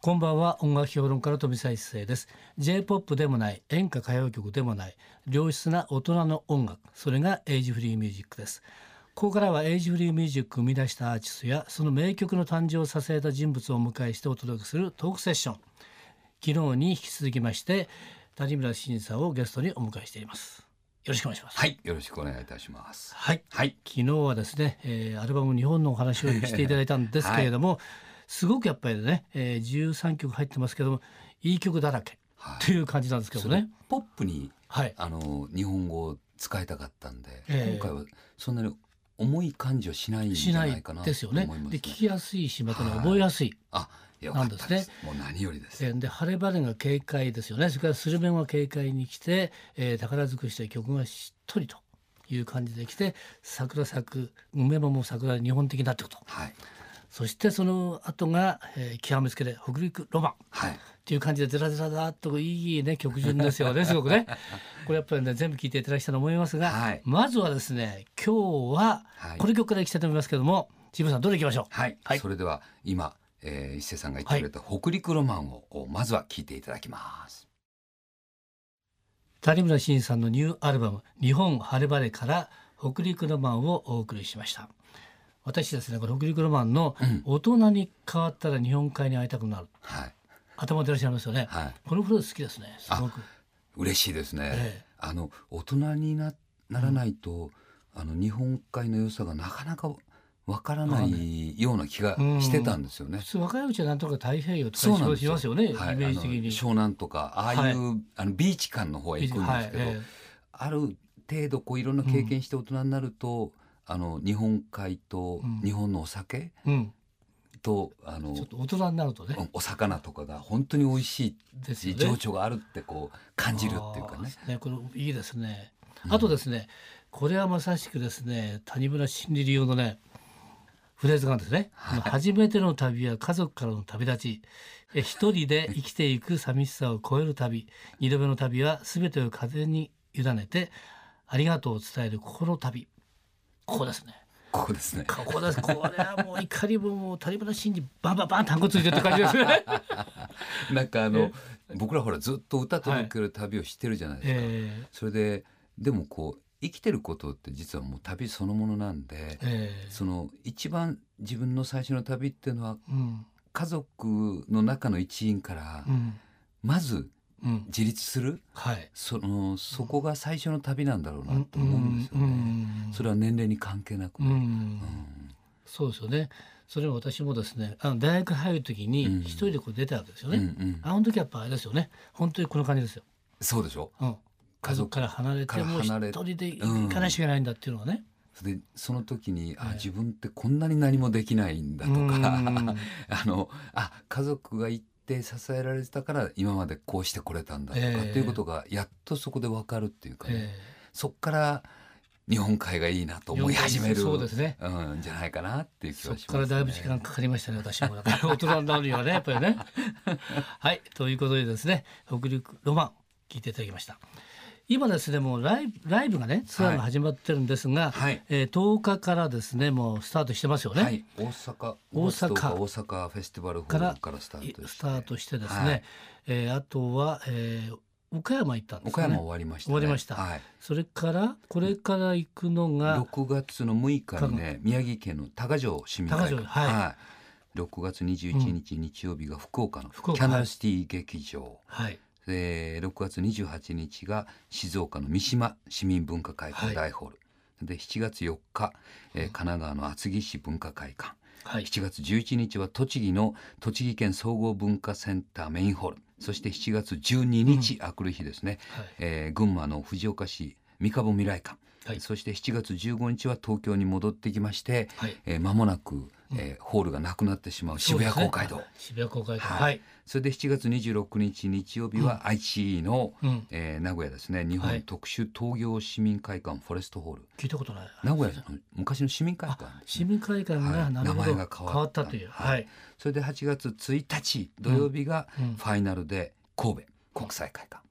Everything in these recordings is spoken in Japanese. こんばんは音楽評論家の富澤一世です J-POP でもない演歌歌謡曲でもない良質な大人の音楽それがエイジフリーミュージックですここからはエイジフリーミュージックを生み出したアーティストやその名曲の誕生を支えた人物をお迎えしてお届けするトークセッション昨日に引き続きまして谷村新司さんをゲストにお迎えしていますよろしくお願いしますはい、よろしくお願いいたします。はいはい、昨日はですね、えーアルバム「日本のお話」をしていただいたんですけれ ども、すごくやっぱりね、えー13曲入ってますけどもいい曲だらけはっていう感じなんですけどね。ポップにはい、あの日本語を使いたかったんで、ええ今回はそんなに重い感じをしないんしじゃなないいかなとですよ思ねいます、ね。で聞きやすいしまたねはい覚えやすい、あ、よかったですなんですもう何よりです。えーで晴れ晴れが軽快ですよねそれからスルメンは軽快に来て、えー宝尽くして曲がしっとりという感じで来て桜咲く梅ももう桜で日本的になっていくとはい、そしてその後が、えー極めつけで北陸ロマンはい、っていう感じでずらずらずらっといいね曲順ですよ ねすごくねこれやっぱりね全部聴いていただきたいと思いますが、はいまずはですね今日ははいこの曲からいきたいと思いますけども千葉さんどれいきましょうはい、はいそれでは今、えー、一勢さんが言ってくれた北陸ロマンを、まずは聞いていただきます。谷村新司さんのニューアルバム「日本晴れ晴れ」から「北陸ロマン」をお送りしました私ですねこの北陸ロマンのうん「大人に変わったら日本海に会いたくなるはい、」頭でいらっしゃいますよねはい、このフレーズ好きですねすごく、嬉しいですね。えあの大人になならないと、あの日本海の良さがなかなかわからわかなんないような気がうんしてたんですよえね普。通若いうちはなんとか太平洋とそうなんかですしよますよね、はい、イメージ的あのに。湘南とかああいう、あのビーチ間の方へ行くんですけど、はいええある程度こういろんな経験して大人になると、あの日本海とうん日本のお酒うん、と、あのちょっと大人になるとね、お魚とかが本当に美味しいですし、よね。情緒があるってこう感じるっていうかね。あー。これいいですね。あとですね、これはまさしくですね、谷村新理用のね、フレーズがあるんですね。初めての旅は家族からの旅立ち、え一人で生きていく寂しさを超える旅、二度目の旅は全てを風に委ねて、ありがとうを伝える心の旅。ここですね。ここですね。ここです。これはもう怒りももう谷村新司バンバンバン単語ついてるって感じです ね。 なんかあの僕らほらずっと歌届ける旅をしてるじゃないですか、えーそれででもこう生きてることって実はもう旅そのものなんで、えーその一番自分の最初の旅っていうのはうん家族の中の一員からうんまずうん自立するはい。そのそこが最初の旅なんだろうなと思うんですよね、うんそれは年齢に関係なく、ううんんそうですよね。それは私もですね、あの大学入る時うんに一人でこう出たわけですよね。うんうんあの時やっぱあれですよね。本当にこの感じですよ。そうでしょうん、家族から離れかてらもう一離れ人で行かないしかないんだっていうのはね。でその時に、えあえ自分ってこんなに何もできないんだとうんか あのあ家族が行って支えられてたから今までこうしてこれたんだとか、ええっていうことがやっとそこで分かるっていうかね、えそっから日本海がいいなとー思い始めるそうですね。うん、じゃないかなっていう気そはっしかまらす、ね。だいぶ時間かかりましたね、私 も。だから大人になるにはね、やっぱりね。 はい、ということでですね、北陸ロマン、聞いていただきました。今ですね、もうライブライブがね、ツアーが始まってるんですが、はいえー10日からですね、もうスタートしてますよね。はい、大阪大阪5月10日大阪フェスティバルホールからスタートしてスタートしてですね、はいえーあとは、えー岡山行ったんですよ岡山ね終。わりました、ね、終わりましたはいそれから、これから行くのが、 6月の6日にね宮城県の高城市民会館高城はいい6月21日日曜日が福岡のキ福岡ャナルシティ劇場、はい、で6月28日が静岡の三島市民文化会は館い大ホール、で7月4日、えー神奈川の厚木市文化会館はい、 7月11日は栃木の栃木県総合文化センターメインホールそして7月12日、あくる日ですね、えー群馬の藤岡市三abo未来館、はいそして7月15日は東京に戻ってきまして、はいえー間もなく、えーホールがなくなってしまう渋谷公会堂そうそ,、ですね渋谷公会堂。はいはい、れで7月26日日曜日は ICE の、うん、えー名古屋ですね日は本い特殊東業市民会館フォレストホール、聞いたことない。名古屋の昔の市民会館あ市民会館はがいなるほど名変前わが変わったったという、ははいい、それで8月1日土曜日がうんファイナルで神戸国際会館、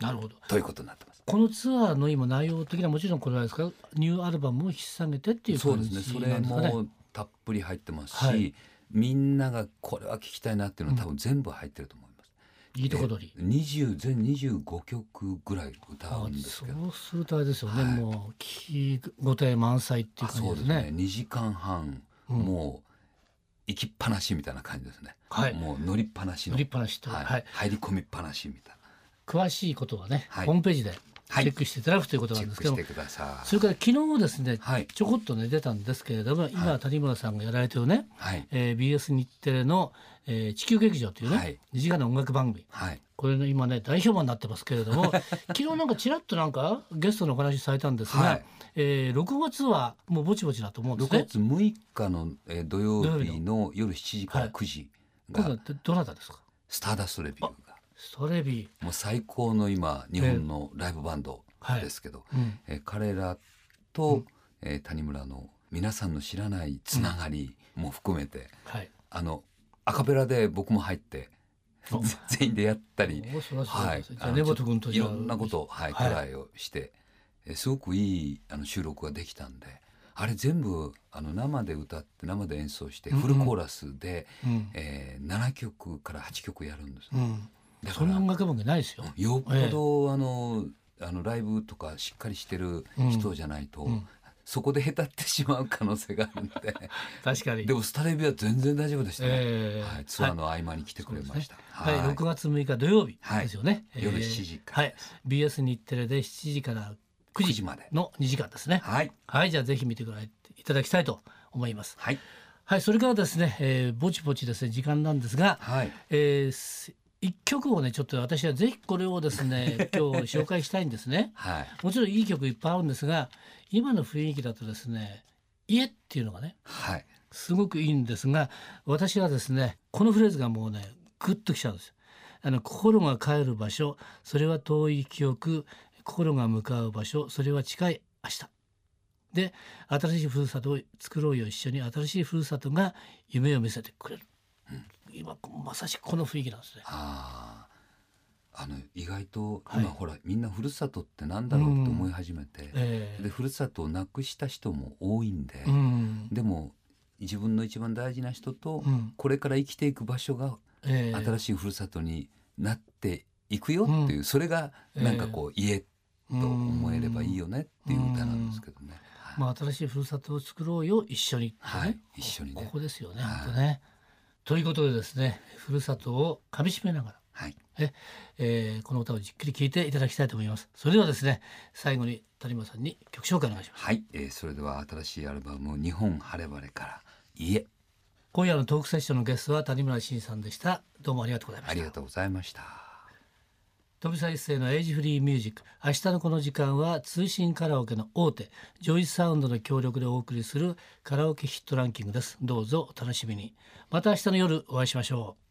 なるほど。ということになってます。このツアーの今内容的にはもちろんこれはですかニューアルバムを引っ提げてっていうそう感でじすねそなれんですかね。もたっぷり入ってますし、はいみんながこれは聞きたいなっていうのは多分全部入ってると思います。いいとこ取り。 20全25曲ぐらい歌あうんですそけど。うするとあれですよね、はいもう聞き応え満載っていあう感じそでうですすね。ね。2時間半、うんもう行きっぱなしみたいな感じですね。はいもう乗りっぱなし乗の。りっぱなしと、はいはい入り込みっぱなしみたい詳しいことはね、はいホームページではいチェックしていただくということな。なチんェですックけども、してくださそい。れから昨日ですね、はいちょこっとね出たんですけれども今、はい谷村さんがやられてるね、はい。えー BS 日テレの、えー地球劇場」というね、はい2時間の音楽番組はい。これね今ね大評判になってますけれど も昨日なんかちらっとなんかゲストのお話されたんですが、はいえー6月はもうぼちぼちだと思うんで6すね。月6日のえー土曜土曜日の夜7時から9時今度はがどなたですかスターダストレビューがストレビもう最高の今日本のライブバンドはいですけど、ー、うんえー彼らと、えー谷村の皆さんの知らないつながりも含めて、はい、あのアカペラで僕も入ってお 全員でやったりおそらそはらいじ、ゃああの根本君といじゃあろんなことを、はい、はいトライをして、えすごくいいあの収録ができたんであれ全部あの生で歌って生で演奏してうんうんフルコーラスで、うんえー7曲から8曲やるんです、うん、だかそらんな音楽番組ないですよ。よっぽど、あのあのライブとかしっかりしてる人じゃないと、うんそこで下手ってしまう可能性があるんで確かにでもスタレビは全然大丈夫でしたね、ええはい、ツアーの合間に来てくれました、はい、はい6月6日土曜日はいですよね。夜7時はからいで、 BS 日テレで7時から9 9時時までの2時間ですね。はい、はいじゃあぜひ見てくだいただきたいと思います。はいはい、それからですね、えー、ぼちぼちですね時間なんですが、はいえーす一曲をねちょっと私はぜひこれをですね今日紹介したいんですね。はいもちろんいい曲いっぱいあるんですが、今の雰囲気だとですね、家っていうのがね。はいすごくいいんですが私はですねこのフレーズがもうねグッときちゃうんですよあの心が帰る場所それは遠い記憶心が向かう場所それは近い明日で新しいふるさとを作ろうよ一緒に新しいふるさとが夢を見せてくれる、今まさしくこの雰囲気なんですねあーあの意外とはい今ほら、みんなふるさとってなんだろうって思い始めて、えでふるさとをなくした人も多いんで、えうんでも自分の一番大事な人とうんこれから生きていく場所がええ新しいふるさとになっていくよっていう、それがなんかこう家と思えればいいよねっていう歌なんですけどね。はいまあ、新しいふるさとを作ろうよ一緒にってね、はい一緒にねここですよね,、はい本当ね。ということでですねふるさとをかみしめながら、はいえーこの歌をじっくり聴いていただきたいと思います。それではですね最後に谷村さんに曲紹介お願いします。はい、えーそれでは新しいアルバム「日本晴れ晴れ」から「家今夜のトークセッションのゲストは谷村新司さんでした。どうもありがとうござい」まあしりたが。とうございました。富澤一世のエイジフリーミュージック明日のこの時間は通信カラオケの大手ジョイサウンドの協力でお送りするカラオケヒットランキングですどうぞお楽しみにまた明日の夜お会いしましょう